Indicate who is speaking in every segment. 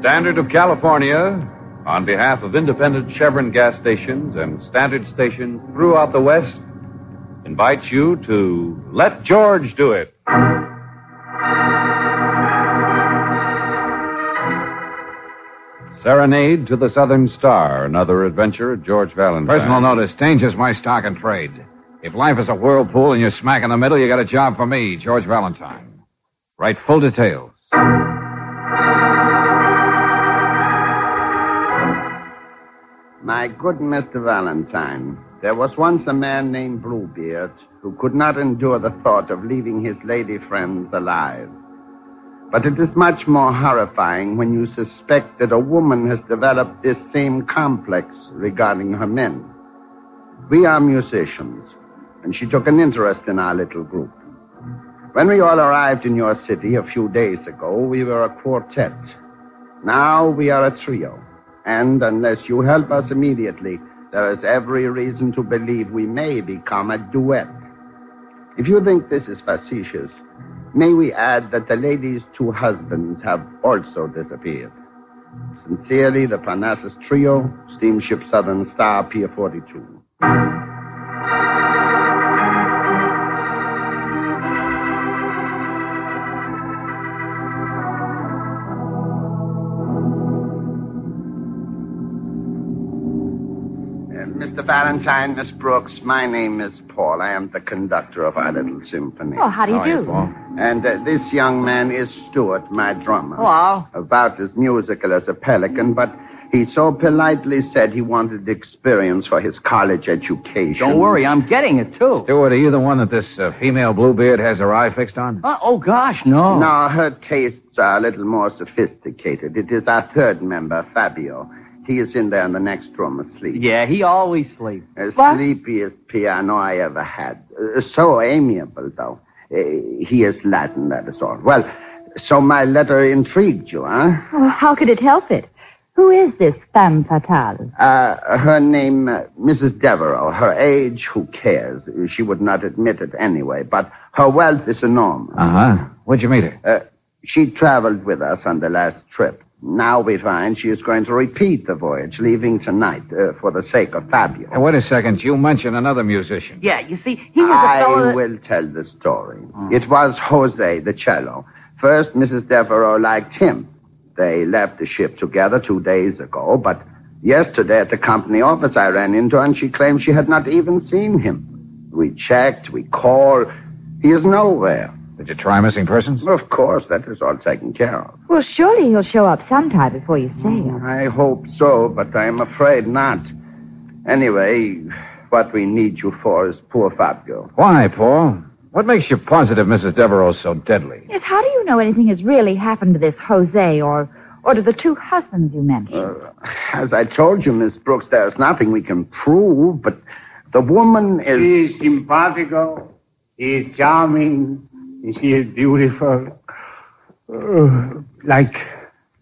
Speaker 1: Standard of California, on behalf of independent Chevron gas stations and standard stations throughout the West, invites you to Let George Do It. Serenade to the Southern Star, another adventure of George Valentine.
Speaker 2: Personal notice changes my stock and trade. If life is a whirlpool and you're smack in the middle, you got a job for me, George Valentine. Write full details.
Speaker 3: My good Mr. Valentine, there was once a man named Bluebeard who could not endure the thought of leaving his lady friends alive. But it is much more horrifying when you suspect that a woman has developed this same complex regarding her men. We are musicians, and she took an interest in our little group. When we all arrived in your city a few days ago, we were a quartet. Now we are a trio. And unless you help us immediately, there is every reason to believe we may become a duet. If you think this is facetious, may we add that the lady's two husbands have also disappeared. Sincerely, the Parnassus Trio, Steamship Southern Star, Pier Uh, 42. Uh, Mr. Valentine, Miss Brooks, my name is Paul. I am the conductor of our little symphony.
Speaker 4: Oh, how do you
Speaker 1: How are
Speaker 4: do?
Speaker 1: you, Paul?
Speaker 3: And uh, this young man is Stuart, my drummer.
Speaker 4: Wow.
Speaker 3: About as musical as a pelican, but he so politely said he wanted experience for his college education.
Speaker 5: Don't worry, I'm getting it too.
Speaker 2: Stuart, are you the one that this uh, female Bluebeard has her eye fixed on?
Speaker 5: Uh, oh gosh, no.
Speaker 3: No, her tastes are a little more sophisticated. It is our third member, Fabio. He is in there in the next room asleep.
Speaker 5: Yeah, he always sleeps.
Speaker 3: Uh,
Speaker 4: What?
Speaker 3: sleepiest piano I ever had. Uh, so amiable, though. Uh, he is Latin, that is all. Well, so my letter intrigued you, huh?
Speaker 4: Oh, how could it help it? Who is this femme fatale?
Speaker 3: Uh, her name, uh, Mrs. Devereux. Her age, who cares? She would not admit it anyway, but her wealth is enormous.
Speaker 2: Uh huh. Where'd you meet her?
Speaker 3: Uh, she traveled with us on the last trip. Now we find she is going to repeat the voyage, leaving tonight uh, for the sake of Fabio.
Speaker 2: Hey, wait a second. You mentioned another musician.
Speaker 5: Yeah, you see, he is a fellow.
Speaker 3: I
Speaker 5: that- Hmm.
Speaker 3: will tell the story. It was Jose, the cello. First, Mrs. Devereux liked him. They left the ship together two days ago, but yesterday at the company office I ran into her and she claimed she had not even seen him. We checked, we called. He is nowhere.
Speaker 2: Did you try missing persons?
Speaker 3: Of course, that is all taken care of.
Speaker 4: Well, surely he'll show up sometime before you sail.
Speaker 3: I hope so, but I'm afraid not. Anyway, what we need you for is poor Fabio.
Speaker 2: Why, Paul? What makes you positive Mrs. Devereaux's so deadly?
Speaker 4: Yes, how do you know anything has really happened to this Jose or, or to the two husbands you mentioned?
Speaker 3: Uh, as I told you, Miss Brooks, there's nothing we can prove, but the woman is.
Speaker 6: She is simpatico. She is charming. She is beautiful. Uh, like,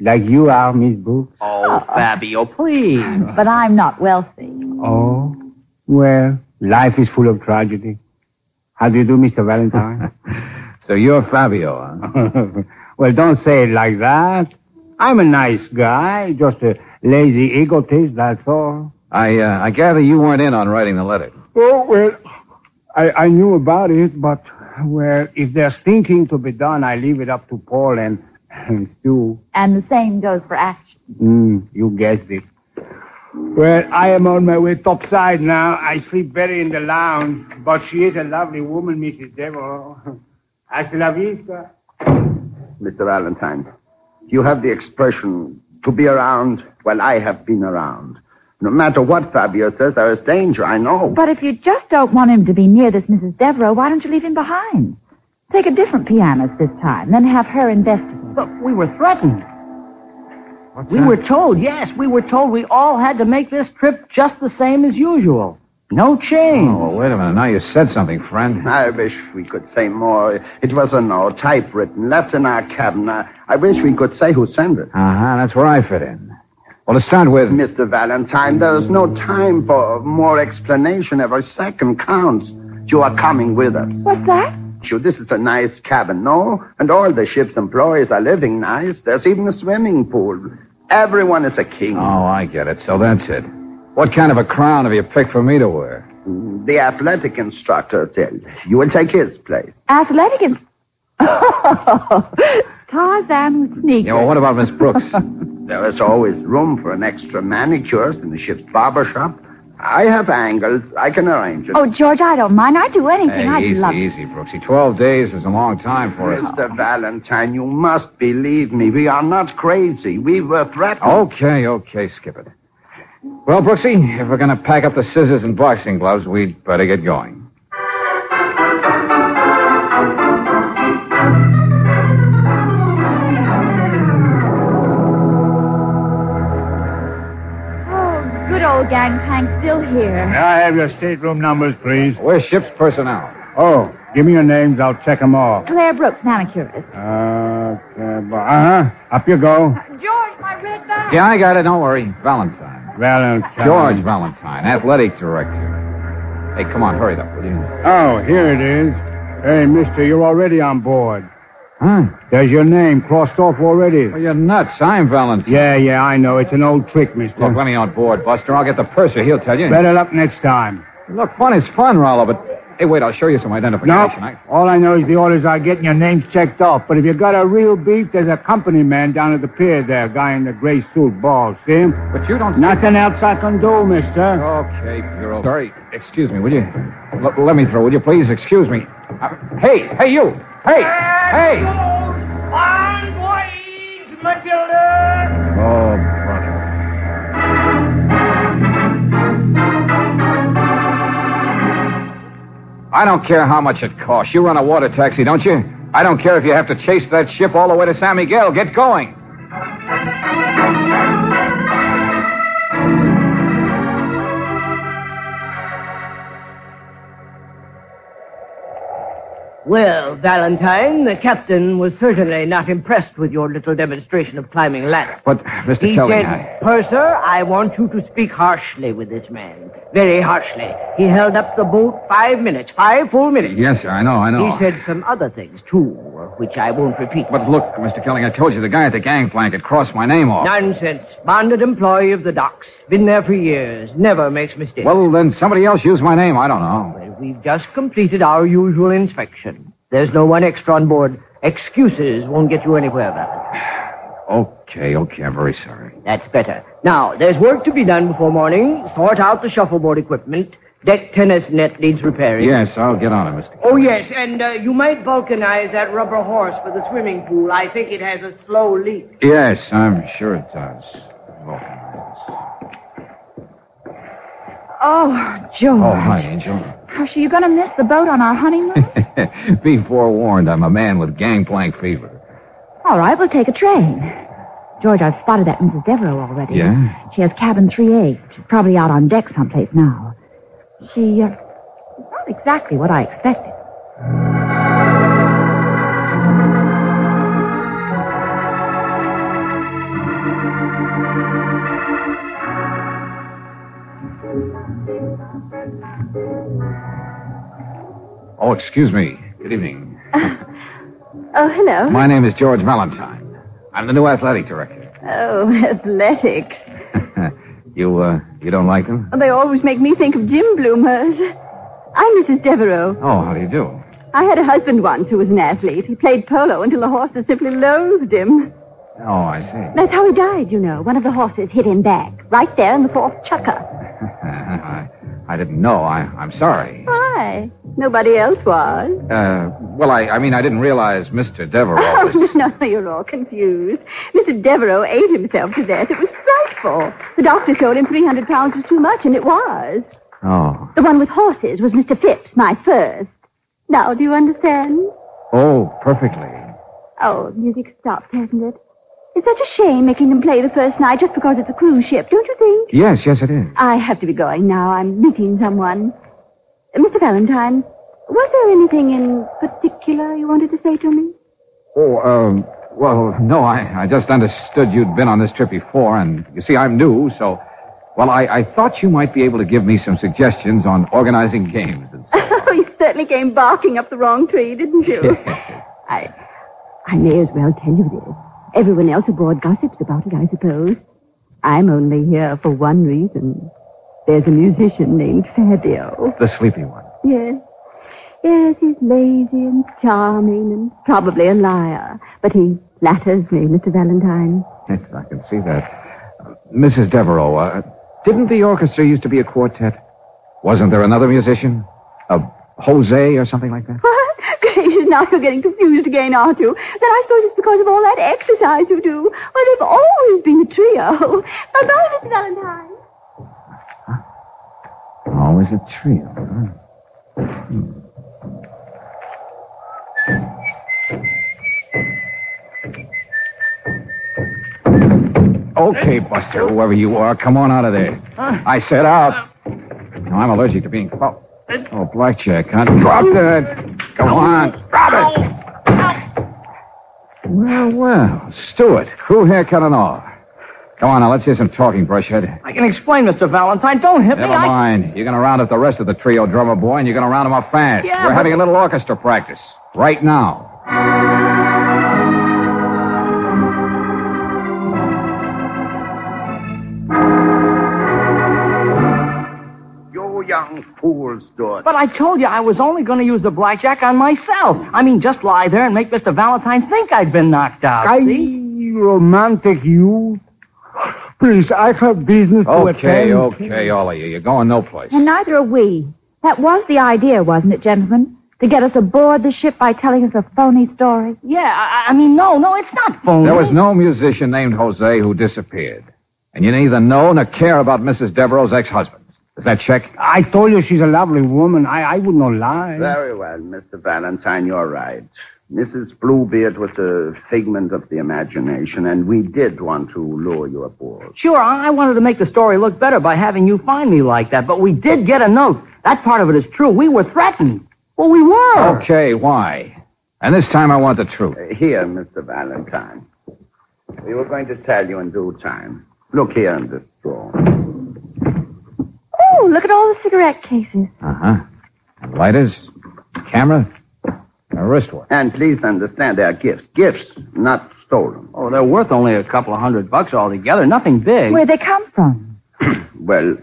Speaker 6: like you are, Miss Brooks.
Speaker 7: Uh,
Speaker 5: Oh, Fabio, please.
Speaker 4: but I'm not wealthy.
Speaker 6: Oh, well, life is full of tragedy. How do you do, Mr. Valentine?
Speaker 2: So you're Fabio, huh?
Speaker 6: well, don't say it like that. I'm a nice guy, just a lazy egotist, that's all.
Speaker 2: I, uh, I gather you weren't in on writing the letter.
Speaker 6: Oh, well, I, I knew about it, but, well, if there's thinking to be done, I leave it up to Paul and, and Stu.
Speaker 4: And the same goes for action.
Speaker 6: Mm, you guessed it. Well, I am on my way topside now. I sleep better in the lounge, but she is a lovely woman, Mrs. Devereux. Hasta la vista.
Speaker 3: Mr. Valentine, you have the expression to be around. Well, I have been around. No matter what Fabio says, there is danger, I know.
Speaker 4: But if you just don't want him to be near this Mrs. Devereux, why don't you leave him behind? Take a different pianist this time, then have her investigate.
Speaker 5: But we were threatened. we were told, yes, we were told we all had to make this trip just the same as usual. No
Speaker 4: Hmm.
Speaker 5: change.
Speaker 2: Oh, well, wait a minute. Now you said something, friend.
Speaker 3: I wish we could say more. It was a no, typewritten, left in our cabin. I, I wish we could say who sent it.
Speaker 2: Uh huh. That's where I fit in. Well, to start with,
Speaker 3: Mr. Valentine, there is no time for more explanation. Every second counts. You are coming with us.
Speaker 4: What's that?
Speaker 3: You, this is a nice cabin, no? And all the ship's employees are living nice. There's even a swimming pool. Everyone is a king.
Speaker 2: Oh, I get it. So that's it. What kind of a crown have you picked for me to wear?
Speaker 3: The athletic instructor did. You will take his place.
Speaker 4: Athletic and. Tarzan with sneakers.
Speaker 2: Yeah, well, what about Miss Brooks?
Speaker 3: There is always room for an extra manicurist in the ship's barber shop. I have angles. I can arrange it.
Speaker 4: Oh, George, I don't mind. I'd do anything.
Speaker 2: hey,
Speaker 4: I'd
Speaker 2: easy,
Speaker 4: love
Speaker 2: easy, Brooksy. Twelve days is a long time
Speaker 7: Oh,
Speaker 2: for us.
Speaker 3: Mr. Valentine, you must believe me. We are not crazy. We were threatened.
Speaker 7: Oh.
Speaker 2: Okay, okay, skip it. Well, Brooksy, if we're going to pack up the scissors and boxing gloves, we'd better get going.
Speaker 4: Oh, good old gangplank still here.
Speaker 6: May I have your stateroom numbers, please?
Speaker 2: We're ship's personnel.
Speaker 6: Oh, give me your names. I'll check them all.
Speaker 4: Claire Brooks, manicurist.
Speaker 6: Okay, but, Uh, uh-huh. Up you go.
Speaker 4: George, my red bag.
Speaker 2: Yeah, I got it. Don't worry. Valentine.
Speaker 6: Valentine.
Speaker 2: George Valentine, athletic director. Hey, come on, hurry up, will you?
Speaker 6: Oh, here it is. Hey, mister, you're already on board.
Speaker 2: Huh?
Speaker 6: There's your name crossed off already.
Speaker 2: Well, Oh, you're nuts. I'm Valentine.
Speaker 6: Yeah, yeah, I know. It's an old trick, mister.
Speaker 2: Look, let me on board, Buster. I'll get the purser. He'll tell you.
Speaker 6: Better up next time.
Speaker 2: Look, fun is fun, Rollo, but... Hey, wait, I'll show you some identification.
Speaker 6: No,
Speaker 2: I-
Speaker 6: all I know is the orders I get and your name's checked off. But if you got a real beef, there's a company man down at the pier there, guy in the gray suit, bald. See him?
Speaker 2: But you don't...
Speaker 6: Nothing else I can do, mister.
Speaker 2: Okay, Bureau. Sorry, excuse me, will you? L- let me through, will you, please? Excuse me. Uh, hey, hey, you! Hey! Hey! Oh, brother. I don't care how much it costs. You run a water taxi, don't you? I don't care if you have to chase that ship all the way to San Miguel. Get going.
Speaker 5: Well, Valentine, the captain was certainly not impressed with your little demonstration of climbing ladders.
Speaker 2: But, Mr.
Speaker 5: He
Speaker 2: Kelly,
Speaker 5: said,
Speaker 2: I-
Speaker 5: Purser, I want you to speak harshly with this man. Very harshly. He held up the boat five minutes, five full minutes.
Speaker 2: Yes, sir, I know, I know.
Speaker 5: He said some other things, too, which I won't repeat.
Speaker 2: But look, Mr. Kelly, I told you the guy at the gangplank had crossed my name off.
Speaker 5: Nonsense. Bonded employee of the docks. Been there for years. Never makes mistakes.
Speaker 2: Well, then somebody else used my name. I don't know.
Speaker 5: Well, we've just completed our usual inspection. There's no one extra on board. Excuses won't get you anywhere, Valentine.
Speaker 2: Okay, okay, I'm very sorry.
Speaker 5: That's better. Now, there's work to be done before morning. Sort out the shuffleboard equipment. Deck tennis net needs repairing.
Speaker 2: Yes, I'll get on it, Mr.
Speaker 5: Oh, yes, and uh, you might vulcanize that rubber horse for the swimming pool. I think it has a slow leak.
Speaker 2: Yes, I'm sure it does. Oh,
Speaker 4: Oh, George.
Speaker 2: oh hi, Angel.
Speaker 4: Gosh, are you going to miss the boat on our honeymoon?
Speaker 2: Be forewarned, I'm a man with gangplank fever.
Speaker 4: All right, we'll take a train. George, I've spotted that Mrs. Devereaux already.
Speaker 2: Yeah?
Speaker 4: She has cabin 3A. She's probably out on deck someplace now. She, uh, is not exactly what I expected.
Speaker 2: Oh, excuse me. Good evening.
Speaker 8: Oh, hello.
Speaker 2: My name is George Valentine. I'm the new athletic director.
Speaker 8: Oh, athletics.
Speaker 2: you, uh, you don't like them?
Speaker 8: They always make me think of gym bloomers. I'm Mrs. Devereux.
Speaker 2: Oh, how do you do?
Speaker 8: I had a husband once who was an athlete. He played polo until the horses simply loathed him.
Speaker 2: Oh, I
Speaker 8: That's how he died, you know. One of the horses hit him back, right there in the fourth chucker.
Speaker 2: see. Uh, I, I didn't know. I, I'm sorry.
Speaker 8: Why? Nobody else was.
Speaker 2: Uh, well, I, I mean, I didn't realize Mr. Devereaux
Speaker 8: Oh,
Speaker 2: was...
Speaker 8: no, no, you're all confused. Mr. Devereux ate himself to death. It was frightful. The doctor told him 300 pounds was too much, and it was.
Speaker 2: Oh.
Speaker 8: The one with horses was Mr. Phipps, my first. Now, do you understand?
Speaker 2: Oh, perfectly.
Speaker 8: Oh, the music stopped, hasn't it? It's such a shame making them play the first night just because it's a cruise ship, don't you think?
Speaker 2: Yes, yes, it is.
Speaker 8: I have to be going now. I'm meeting someone. Uh, Mr. Valentine, was there anything in particular you wanted to say to me?
Speaker 2: Oh, um, well, no, I, I just understood you'd been on this trip before, and you see, I'm new, so. Well, I, I thought you might be able to give me some suggestions on organizing games and stuff.
Speaker 8: Oh, you certainly came barking up the wrong tree, didn't you? I, I may as well tell you this.
Speaker 4: Everyone else aboard gossips about it, I suppose. I'm only here for one reason. There's a musician named Fabio.
Speaker 2: The sleepy one.
Speaker 4: Yes. Yes, he's lazy and charming and probably a liar. But he flatters me, Mr. Valentine.
Speaker 2: Yes, I can see that. Uh, Mrs. Devereaux, uh, didn't the orchestra used to be a quartet? Wasn't there another musician? A Jose or something like that?
Speaker 4: What? Gracious, now you're getting confused again, aren't you? Then I suppose it's because of all that exercise you do. Well, they've always been a trio. Bye-bye, Mr. Valentine.
Speaker 2: Always a trio, huh? Hmm. Okay, Buster, whoever you are, come on out of there. I said out. No, I'm allergic to being followed. Oh, blackjack, huh? Drop that. Come on, drop it. Well, well, Stewart, crew haircut and all. Come on, now let's hear some talking, brushhead.
Speaker 7: I can explain, Mr. Valentine. Don't hit
Speaker 2: Never
Speaker 7: me. I-
Speaker 2: mind. You're going to round up the rest of the trio, drummer boy, and you're going to round them up fast.
Speaker 7: Yeah,
Speaker 2: We're
Speaker 7: but-
Speaker 2: having a little orchestra practice right now.
Speaker 3: You young fools, Stuart.
Speaker 7: But I told you I was only going to use the blackjack on myself. I mean, just lie there and make Mr. Valentine think I'd been knocked out.
Speaker 6: I
Speaker 7: see?
Speaker 6: romantic you. Please, I have business to
Speaker 2: Okay,
Speaker 6: attend.
Speaker 2: okay, all of you. You're going no place.
Speaker 9: And neither are we. That was the idea, wasn't it, gentlemen? To get us aboard the ship by telling us a phony story?
Speaker 7: Yeah, I, I mean, no, no, it's not phony.
Speaker 2: There was no musician named Jose who disappeared. And you neither know nor care about Mrs. Devereaux's ex-husband. Does that check?
Speaker 6: I told you she's a lovely woman. I, I would not lie.
Speaker 3: Very well, Mr. Valentine, you're right. Mrs. Bluebeard was a figment of the imagination, and we did want to lure you aboard.
Speaker 7: Sure, I I wanted to make the story look better by having you find me like that, but we did get a note. That part of it is true. We were threatened. Well, we were.
Speaker 2: Okay, why? And this time I want the truth.
Speaker 3: Uh, Here, Mr. Valentine. We were going to tell you in due time. Look here in this drawer.
Speaker 9: Oh, look at all the cigarette cases.
Speaker 2: Uh-huh. Lighters, camera, a wristwatch.
Speaker 3: And please understand they are gifts. Gifts, not stolen.
Speaker 7: Oh, they're worth only a couple of hundred bucks altogether. Nothing big.
Speaker 9: Where'd they come from?
Speaker 3: Well,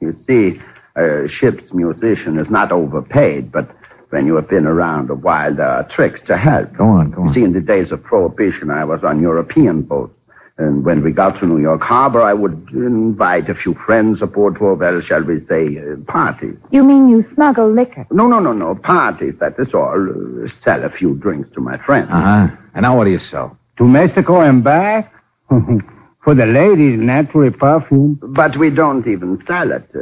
Speaker 3: you see, a ship's musician is not overpaid, but when you have been around a while, there are tricks to help.
Speaker 2: Go on, go
Speaker 3: You
Speaker 2: on.
Speaker 3: see, in the days of Prohibition, I was on European boats. And when we got to New York Harbor, I would invite a few friends aboard for, well, shall we say, uh, parties.
Speaker 9: You mean you smuggle liquor?
Speaker 3: No, no, no, no, parties, that is all. Uh, sell a few drinks to my friends.
Speaker 2: Uh-huh. And now what do you sell?
Speaker 6: To Mexico and back? For the ladies, naturally perfume.
Speaker 3: But we don't even sell it. Uh,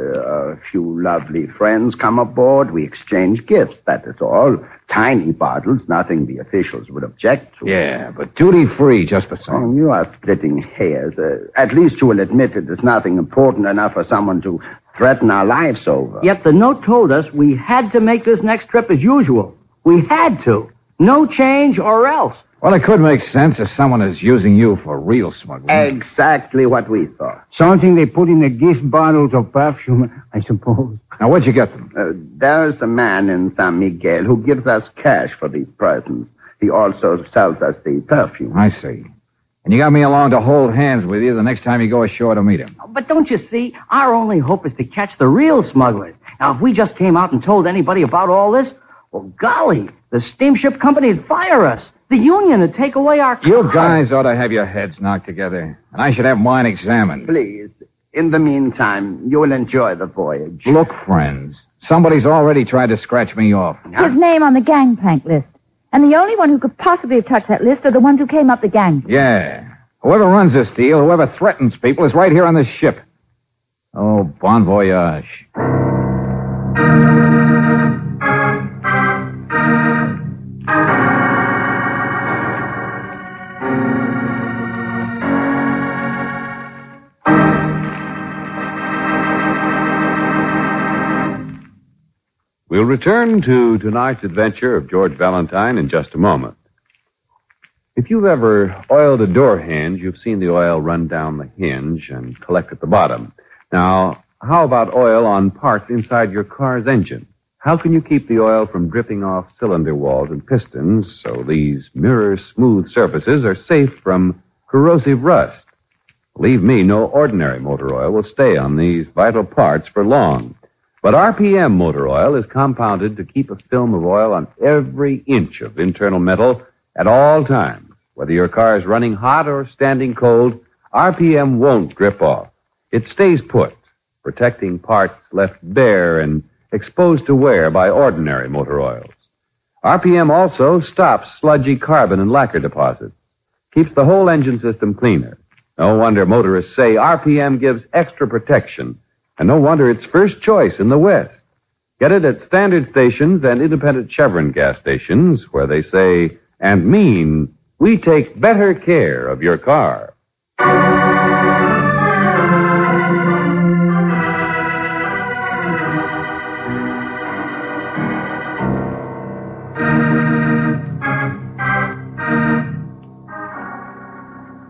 Speaker 3: a few lovely friends come aboard. We exchange gifts, that is all. Tiny bottles, nothing the officials would object to.
Speaker 2: Yeah, but duty-free just the same.
Speaker 3: Oh, you are splitting hairs. Uh, at least you will admit it is nothing important enough for someone to threaten our lives over.
Speaker 7: Yet the note told us we had to make this next trip as usual. We had to. No change or else.
Speaker 2: Well, it could make sense if someone is using you for real smuggling.
Speaker 3: Exactly what we thought.
Speaker 6: Something they put in the gift bottles of perfume, I suppose.
Speaker 2: Now, where'd you get them?
Speaker 3: Uh, there is a man in San Miguel who gives us cash for these presents. He also sells us the perfume.
Speaker 2: I see. And you got me along to hold hands with you the next time you go ashore to meet him.
Speaker 7: But don't you see? Our only hope is to catch the real smugglers. Now, if we just came out and told anybody about all this, well, golly, the steamship company would fire us. The union would take away our car.
Speaker 2: You guys ought to have your heads knocked together, and I should have mine examined.
Speaker 3: Please, in the meantime, you will enjoy the voyage.
Speaker 2: Look, friends, somebody's already tried to scratch me off.
Speaker 9: His name on the gangplank list. And the only one who could possibly have touched that list are the ones who came up the gang.
Speaker 2: Yeah. Whoever runs this deal, whoever threatens people, is right here on this ship. Oh, bon voyage.
Speaker 10: We'll return to tonight's adventure of George Valentine in just a moment. If you've ever oiled a door hinge, you've seen the oil run down the hinge and collect at the bottom. Now, how about oil on parts inside your car's engine? How can you keep the oil from dripping off cylinder walls and pistons so these mirror smooth surfaces are safe from
Speaker 2: corrosive rust. Believe me, no ordinary motor oil will stay on these vital parts for long. But RPM motor oil is compounded to keep a film of oil on every inch of internal metal at all times. Whether your car is running hot or standing cold, RPM won't drip off. It stays put, protecting parts left bare and exposed to wear by ordinary motor oils. RPM also stops sludgy carbon and lacquer deposits, keeps the whole engine system cleaner. No wonder motorists say RPM gives extra protection, and no wonder it's first choice in the West. Get it at standard stations and independent Chevron gas stations, where they say and mean we take better care of your car.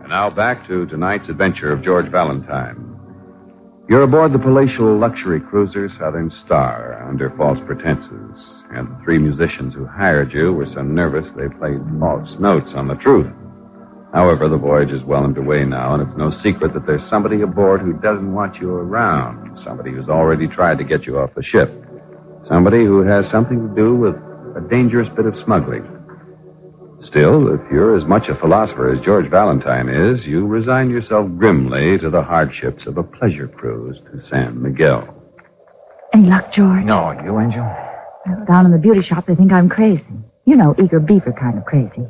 Speaker 2: And now back to tonight's adventure of George Valentine. You're aboard the palatial luxury cruiser Southern Star under false pretenses, and the three musicians who hired you were so nervous they played false notes on the truth. However, the voyage is well underway now, and it's no secret that there's somebody aboard who doesn't want you around, somebody who's already tried to get you off the ship, somebody who has something to do with a dangerous bit of smuggling. Still, if you're as much a philosopher as George Valentine is, you resign yourself grimly to the hardships of a pleasure cruise to San Miguel.
Speaker 11: Any luck, George?
Speaker 12: No, you, Angel?
Speaker 11: Well, Down in the beauty shop, they think I'm crazy. You know, eager beaver kind of crazy.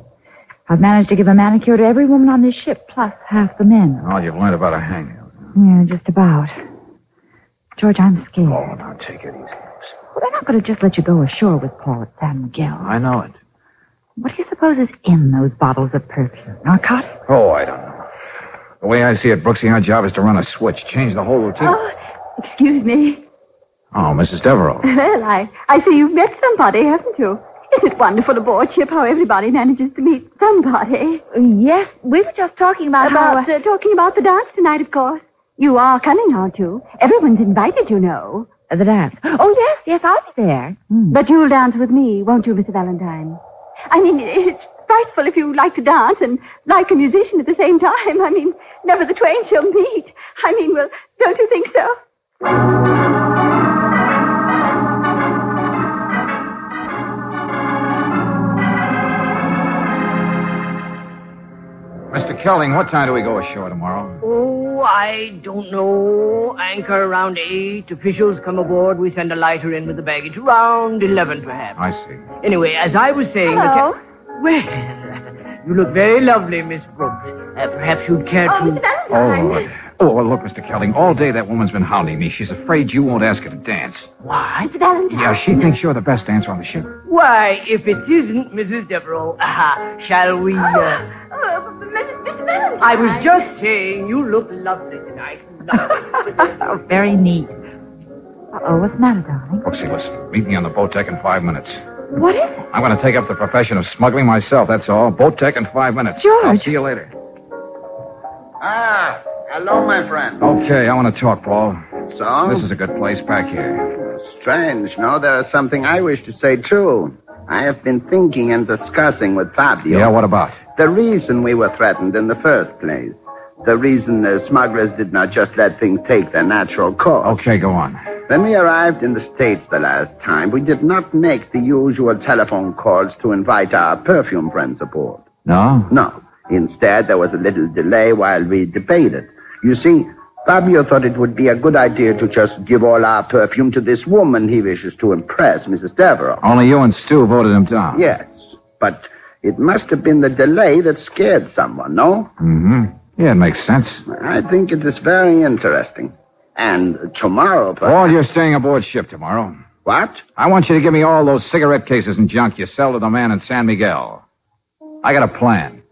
Speaker 11: I've managed to give a manicure to every woman on this ship, plus half the men.
Speaker 12: All you've learned about a hangnail.
Speaker 11: Yeah, just about. George, I'm scared.
Speaker 12: Oh, now take it easy.
Speaker 11: Well, they're not going to just let you go ashore with Paul at San Miguel.
Speaker 12: I know it.
Speaker 11: What do you suppose is in those bottles of perfume? Narcotics?
Speaker 12: Oh, I don't know. The way I see it, Brooksy, our job is to run a switch, change the whole routine.
Speaker 4: Oh, excuse me.
Speaker 12: Oh, Mrs. Devereaux.
Speaker 4: Well, I, I see you've met somebody, haven't you? Isn't it wonderful aboard ship how everybody manages to meet somebody?
Speaker 11: Mm, Yes, we were just talking about,
Speaker 4: About uh, talking about the dance tonight, of course. You are coming, aren't you? Everyone's invited, you know.
Speaker 11: uh, the dance.
Speaker 4: Oh, yes, yes, I'll be
Speaker 11: There.
Speaker 4: But you'll dance with me, won't you, Mr. Valentine? I mean, it's frightful if you like to dance and like a musician at the same time. I mean, never the twain shall meet. I mean, well, don't you think so?
Speaker 12: Mr. Kelling, what time do we go ashore tomorrow?
Speaker 5: Oh, I don't know. Oh, Anchor around eight. Officials come aboard. We send a lighter in with the baggage. Round eleven, perhaps.
Speaker 12: I see.
Speaker 5: Anyway, as I was saying, the
Speaker 4: Hello.
Speaker 5: ca- well, you look very lovely, Miss Brooks. Uh, perhaps you'd care
Speaker 4: Oh,
Speaker 5: to.
Speaker 4: Mr. Valentine.
Speaker 12: Oh, Lord. Oh, well, look, Mr. Kelling, all day that woman's been hounding me. She's afraid you won't ask her to dance.
Speaker 5: Why?
Speaker 4: Mr. Valentine.
Speaker 12: Yeah, she thinks you're the best dancer on the ship.
Speaker 5: Why, if it isn't Mrs. Devereaux, aha, shall we?
Speaker 4: Oh,
Speaker 5: Uh,
Speaker 4: oh, Mr. Mr. Valentine.
Speaker 5: I was just saying, you look lovely tonight. Lovely.
Speaker 11: Very neat. Uh-oh, what's the matter, darling?
Speaker 12: Brooksy, listen, meet me on the boat deck in five minutes.
Speaker 11: What is it?
Speaker 12: I'm going to take up the profession of smuggling myself, that's all. Boat deck in five minutes.
Speaker 11: George.
Speaker 12: I'll see you later.
Speaker 3: Ah, hello, my friend.
Speaker 12: Okay, I want to talk, Paul.
Speaker 3: So?
Speaker 12: This is a good place back here.
Speaker 3: Strange, no? There is something I wish to say, too. I have been thinking and discussing with Fabio
Speaker 12: Yeah, what about?
Speaker 3: the reason we were threatened in the first place. The reason the smugglers did not just let things take their natural course.
Speaker 12: Okay, go on.
Speaker 3: When we arrived in the States the last time, we did not make the usual telephone calls to invite our perfume friends aboard.
Speaker 12: No?
Speaker 3: No. Instead, there was a little delay while we debated. You see, Fabio thought it would be a good idea to just give all our perfume to this woman he wishes to impress, Mrs. Devereux.
Speaker 12: Only you and Stu voted him down.
Speaker 3: Yes, but it must have been the delay that scared someone, no?
Speaker 12: Mm-hmm. Yeah, it makes sense.
Speaker 3: I think it is very interesting. And tomorrow,
Speaker 12: Paul,
Speaker 2: Oh,
Speaker 3: perhaps...
Speaker 12: you're staying aboard ship tomorrow.
Speaker 3: What?
Speaker 12: I want you to give me all those cigarette cases and junk you sell to the man in San Miguel. I got a plan.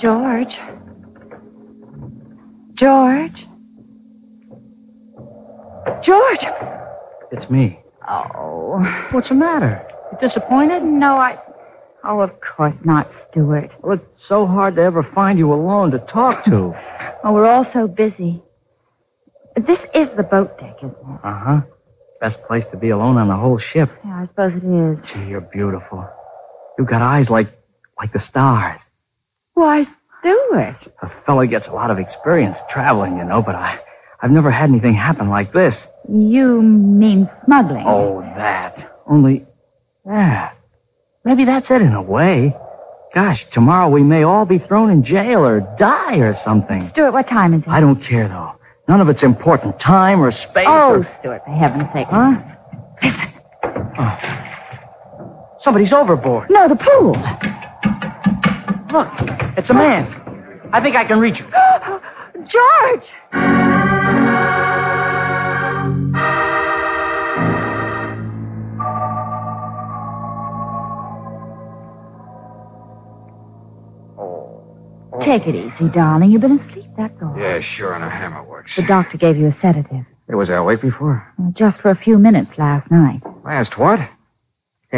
Speaker 11: George. George. George.
Speaker 5: it's me.
Speaker 11: Oh.
Speaker 4: Oh.
Speaker 5: What's the matter? You disappointed?
Speaker 11: No, I.
Speaker 4: Oh, of course not, Stuart.
Speaker 5: Well, it's so hard to ever find you alone to talk to.
Speaker 4: Oh, we're all so busy. This is the boat deck, isn't it?
Speaker 5: Uh huh. Best place to be alone on the whole ship.
Speaker 4: Yeah, I suppose it is.
Speaker 5: Gee, you're beautiful. You've got eyes like like the stars.
Speaker 4: Why, Stuart?
Speaker 5: A fella gets a lot of experience traveling, you know, but I I've never had anything happen like this.
Speaker 4: You mean smuggling?
Speaker 5: Oh, that. Only that. Maybe that's it in a way. Gosh, tomorrow we may all be thrown in jail or die or something.
Speaker 4: Stuart, what time is it?
Speaker 5: I don't care though. None of it's important. Time or space.
Speaker 4: Oh,
Speaker 5: or...
Speaker 4: Stuart, for heaven's sake.
Speaker 5: huh? Oh. Somebody's overboard.
Speaker 4: No, the pool.
Speaker 5: Look, it's a man. I think I can reach him. Oh.
Speaker 8: George!
Speaker 4: Take it easy, darling. You've been asleep, that's all.
Speaker 2: Yeah, sure, and a hammer works.
Speaker 4: The doctor gave you a sedative.
Speaker 2: It was that awake before?
Speaker 4: Just for a few minutes last night.
Speaker 2: Last what? Hey,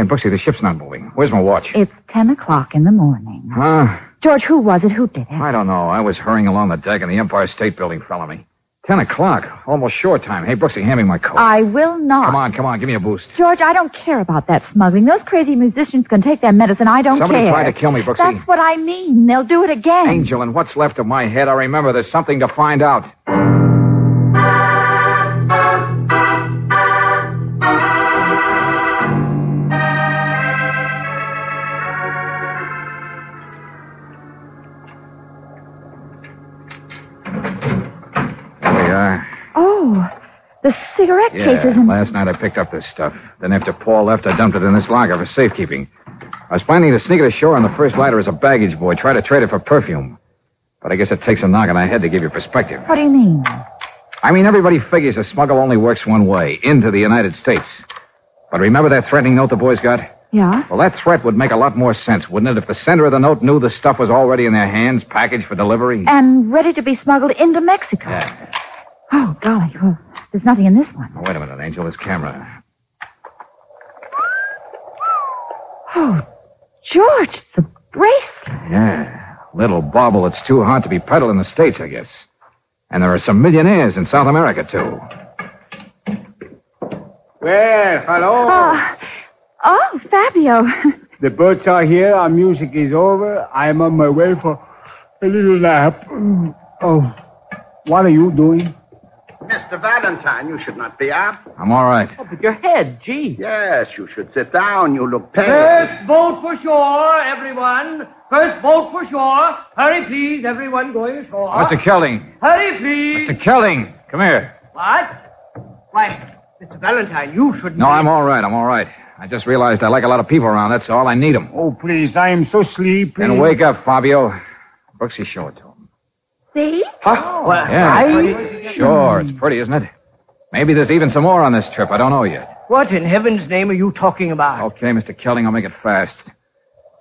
Speaker 2: and Brooksy, the ship's not moving. Where's my watch?
Speaker 4: It's ten o'clock in the morning.
Speaker 2: Huh?
Speaker 4: George, who was it? Who did it?
Speaker 2: I don't know. I was hurrying along the deck, and the Empire State Building fell on me. Ten o'clock. Almost shore time. Hey, Brooksy, hand me my coat.
Speaker 4: I will not.
Speaker 2: Come on, come on. Give me a boost.
Speaker 4: George, I don't care about that smuggling. Those crazy musicians can take their medicine. I don't
Speaker 2: Somebody
Speaker 4: care.
Speaker 2: tried to kill me, Brooksy.
Speaker 4: That's what I mean. They'll do it again.
Speaker 2: Angel, and what's left of my head, I remember there's something to find out. There we are.
Speaker 4: Oh, the cigarette case
Speaker 2: Yeah,
Speaker 4: isn't.
Speaker 2: last night I picked up this stuff. Then after Paul left, I dumped it in this locker for safekeeping. I was planning to sneak it ashore on the first lighter as a baggage boy, try to trade it for perfume. But I guess it takes a knock on the head to give you perspective.
Speaker 4: What do you mean?
Speaker 2: I mean, everybody figures a smuggle only works one way into the United States. But remember that threatening note the boys got?
Speaker 4: Yeah?
Speaker 2: Well, that threat would make a lot more sense, wouldn't it, if the sender of the note knew the stuff was already in their hands, packaged for delivery?
Speaker 4: And ready to be smuggled into Mexico.
Speaker 2: Yeah.
Speaker 4: Oh, golly. Well, there's nothing in this one.
Speaker 2: Oh, wait a minute, Angel. This camera.
Speaker 4: Oh, George, the bracelet.
Speaker 2: Yeah. Little bauble that's too hot to be peddled in the States, I guess. And there are some millionaires in South America, too.
Speaker 6: Well, hello.
Speaker 4: Ah. Oh, Fabio.
Speaker 6: The birds are here. Our music is over. I'm on my way for a little nap. Oh, what are you doing?
Speaker 3: Mr. Valentine, you should not be up.
Speaker 2: I'm all right.
Speaker 5: With your head, gee.
Speaker 3: Yes, you should sit down. You look pale.
Speaker 5: boat for shore, everyone. First boat for shore. Hurry, please, everyone going ashore.
Speaker 2: Mr. Kelling.
Speaker 5: Hurry, please.
Speaker 2: Mr. Kelling, come here.
Speaker 5: What? Why, Mr. Valentine, you should
Speaker 2: No, I'm all right. I'm all right. I just realized I like a lot of people around. That's all. I need them.
Speaker 6: Oh, please, I am so sleepy.
Speaker 2: Then wake up, Fabio. Brooksy, show it to him.
Speaker 4: See?
Speaker 2: Huh?
Speaker 5: Well,
Speaker 2: yeah. Sure, it's pretty, isn't it? Maybe there's even some more on this trip. I don't know yet.
Speaker 5: What in heaven's name are you talking about?
Speaker 2: Okay, Mr. Kelling, I'll make it fast.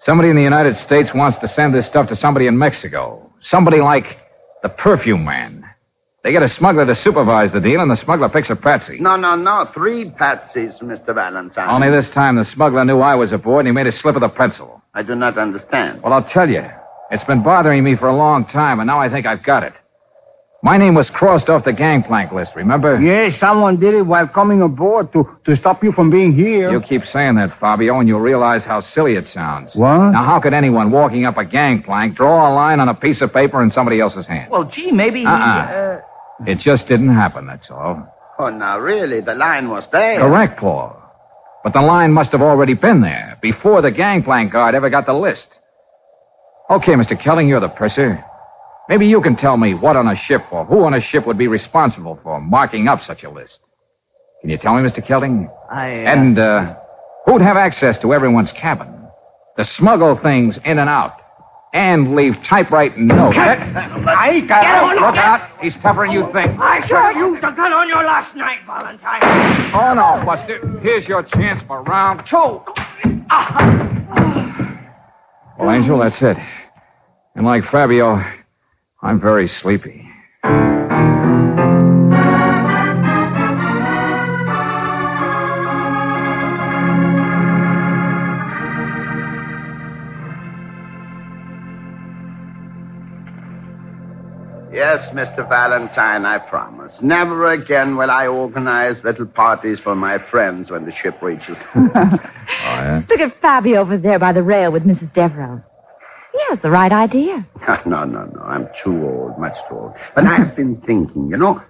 Speaker 2: Somebody in the United States wants to send this stuff to somebody in Mexico. Somebody like the perfume man. They get a smuggler to supervise the deal, and the smuggler picks a patsy.
Speaker 3: No, no, no. Three patsies, Mr. Valentine.
Speaker 2: Only this time, the smuggler knew I was aboard, and he made a slip of the pencil.
Speaker 3: I do not understand.
Speaker 2: Well, I'll tell you. It's been bothering me for a long time, and now I think I've got it. My name was crossed off the gangplank list, remember?
Speaker 6: Yes, someone did it while coming aboard to, to stop you from being here.
Speaker 2: You keep saying that, Fabio, and you'll realize how silly it sounds.
Speaker 6: What?
Speaker 2: Now, how could anyone walking up a gangplank draw a line on a piece of paper in somebody else's hand?
Speaker 5: Well, gee, maybe he,
Speaker 2: Uh-uh.
Speaker 5: uh
Speaker 2: It just didn't happen, that's all.
Speaker 3: Oh, now, really, the line was there.
Speaker 2: Correct, Paul. But the line must have already been there before the gangplank guard ever got the list. Okay, Mr. Kelling, you're the purser. Maybe you can tell me what on a ship or who on a ship would be responsible for marking up such a list. Can you tell me, Mr. Kelling?
Speaker 5: I. uh,
Speaker 2: And uh, who'd have access to everyone's cabin? To smuggle things in and out. And leave typewriting notes.
Speaker 5: I got
Speaker 2: Look out. He's tougher than you think.
Speaker 5: I sure used a gun on you last night, Valentine.
Speaker 2: Oh, no, Buster. Here's your chance for round two. Well, Angel, that's it. And like Fabio, I'm very sleepy.
Speaker 3: Yes, Mr. Valentine, I promise. Never again will I organize little parties for my friends when the ship reaches.
Speaker 4: Look at Fabi over there by the rail with Mrs. Devereaux. He has the right idea.
Speaker 3: Ah, no, no, no. I'm too old, much too old. But I've been thinking, you know,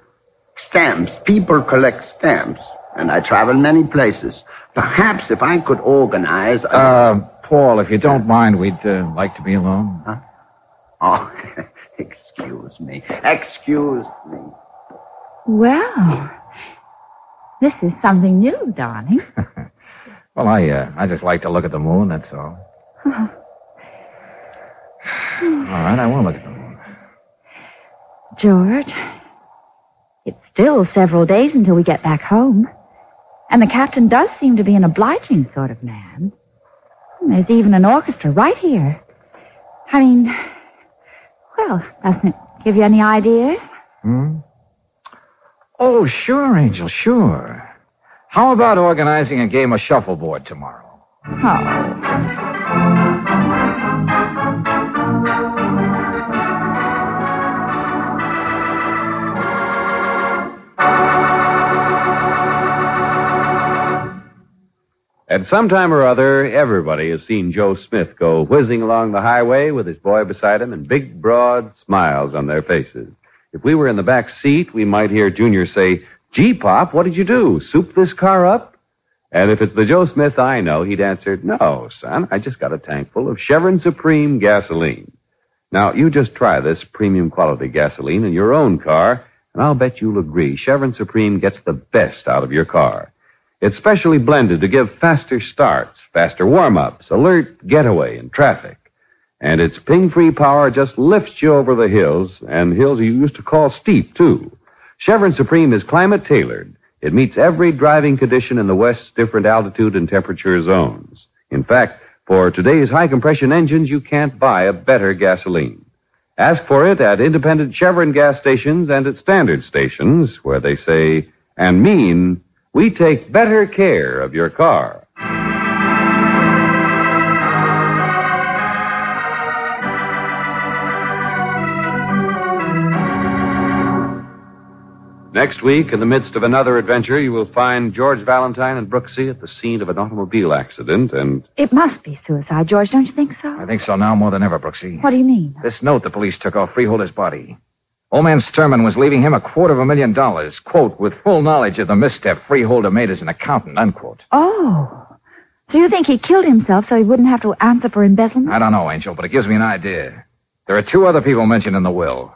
Speaker 3: stamps. People collect stamps, and I travel many places. Perhaps if I could organize. A...
Speaker 13: Uh, Paul, if you don't mind, we'd uh, like to be alone.
Speaker 3: Oh, excuse me. Excuse me.
Speaker 4: Well, this is something new, darling.
Speaker 13: Well, I, uh, I just like to look at the moon, that's all. all right, I will look at the moon.
Speaker 4: George, it's still several days until we get back home. And the captain does seem to be an obliging sort of man. And There's even an orchestra right here. I mean, well, doesn't it give you any ideas?
Speaker 13: Hmm? Oh, sure, Angel, sure. How about organizing a game of shuffleboard tomorrow?
Speaker 4: Oh,
Speaker 2: At some time or other, everybody has seen Joe Smith go whizzing along the highway with his boy beside him and big, broad smiles on their faces. If we were in the back seat, we might hear Junior say, Gee, Pop, what did you do? Soup this car up? And if it's the Joe Smith I know, he'd answer, No, son, I just got a tank full of Chevron Supreme gasoline. Now, you just try this premium quality gasoline in your own car, and I'll bet you'll agree Chevron Supreme gets the best out of your car. It's specially blended to give faster starts, faster warm ups, alert getaway in traffic. And its ping free power just lifts you over the hills, and hills you used to call steep, too. Chevron Supreme is climate tailored. It meets every driving condition in the West's different altitude and temperature zones. In fact, for today's high compression engines, you can't buy a better gasoline. Ask for it at independent Chevron gas stations and at standard stations, where they say and mean we take better care of your car. Next week, in the midst of another adventure, you will find George Valentine and Brooksy at the scene of an automobile accident, and
Speaker 4: it must be suicide, George, don't you think so?
Speaker 13: I think so now more than ever, Brooksy.
Speaker 4: What do you mean?
Speaker 13: This note the police took off Freeholder's body. Old man Sturman was leaving him a quarter of a million dollars, quote, with full knowledge of the misstep Freeholder made as an accountant, unquote.
Speaker 4: Oh, so you think he killed himself so he wouldn't have to answer for embezzlement?
Speaker 13: I don't know, Angel, but it gives me an idea. There are two other people mentioned in the will.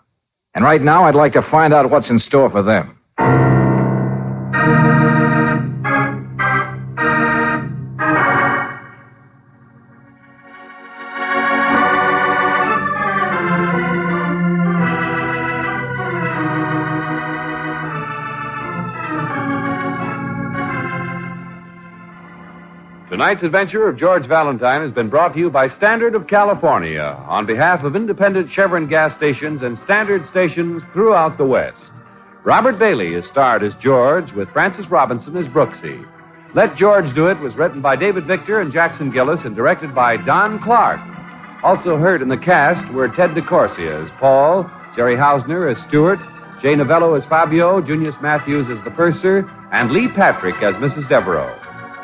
Speaker 13: And right now, I'd like to find out what's in store for them.
Speaker 2: Tonight's adventure of George Valentine has been brought to you by Standard of California on behalf of independent Chevron gas stations and Standard stations throughout the West. Robert Bailey is starred as George with Francis Robinson as Brooksy. Let George Do It was written by David Victor and Jackson Gillis and directed by Don Clark. Also heard in the cast were Ted DeCorsia as Paul, Jerry Hausner as Stewart, Jay Novello as Fabio, Junius Matthews as the purser, and Lee Patrick as Mrs. Devereaux.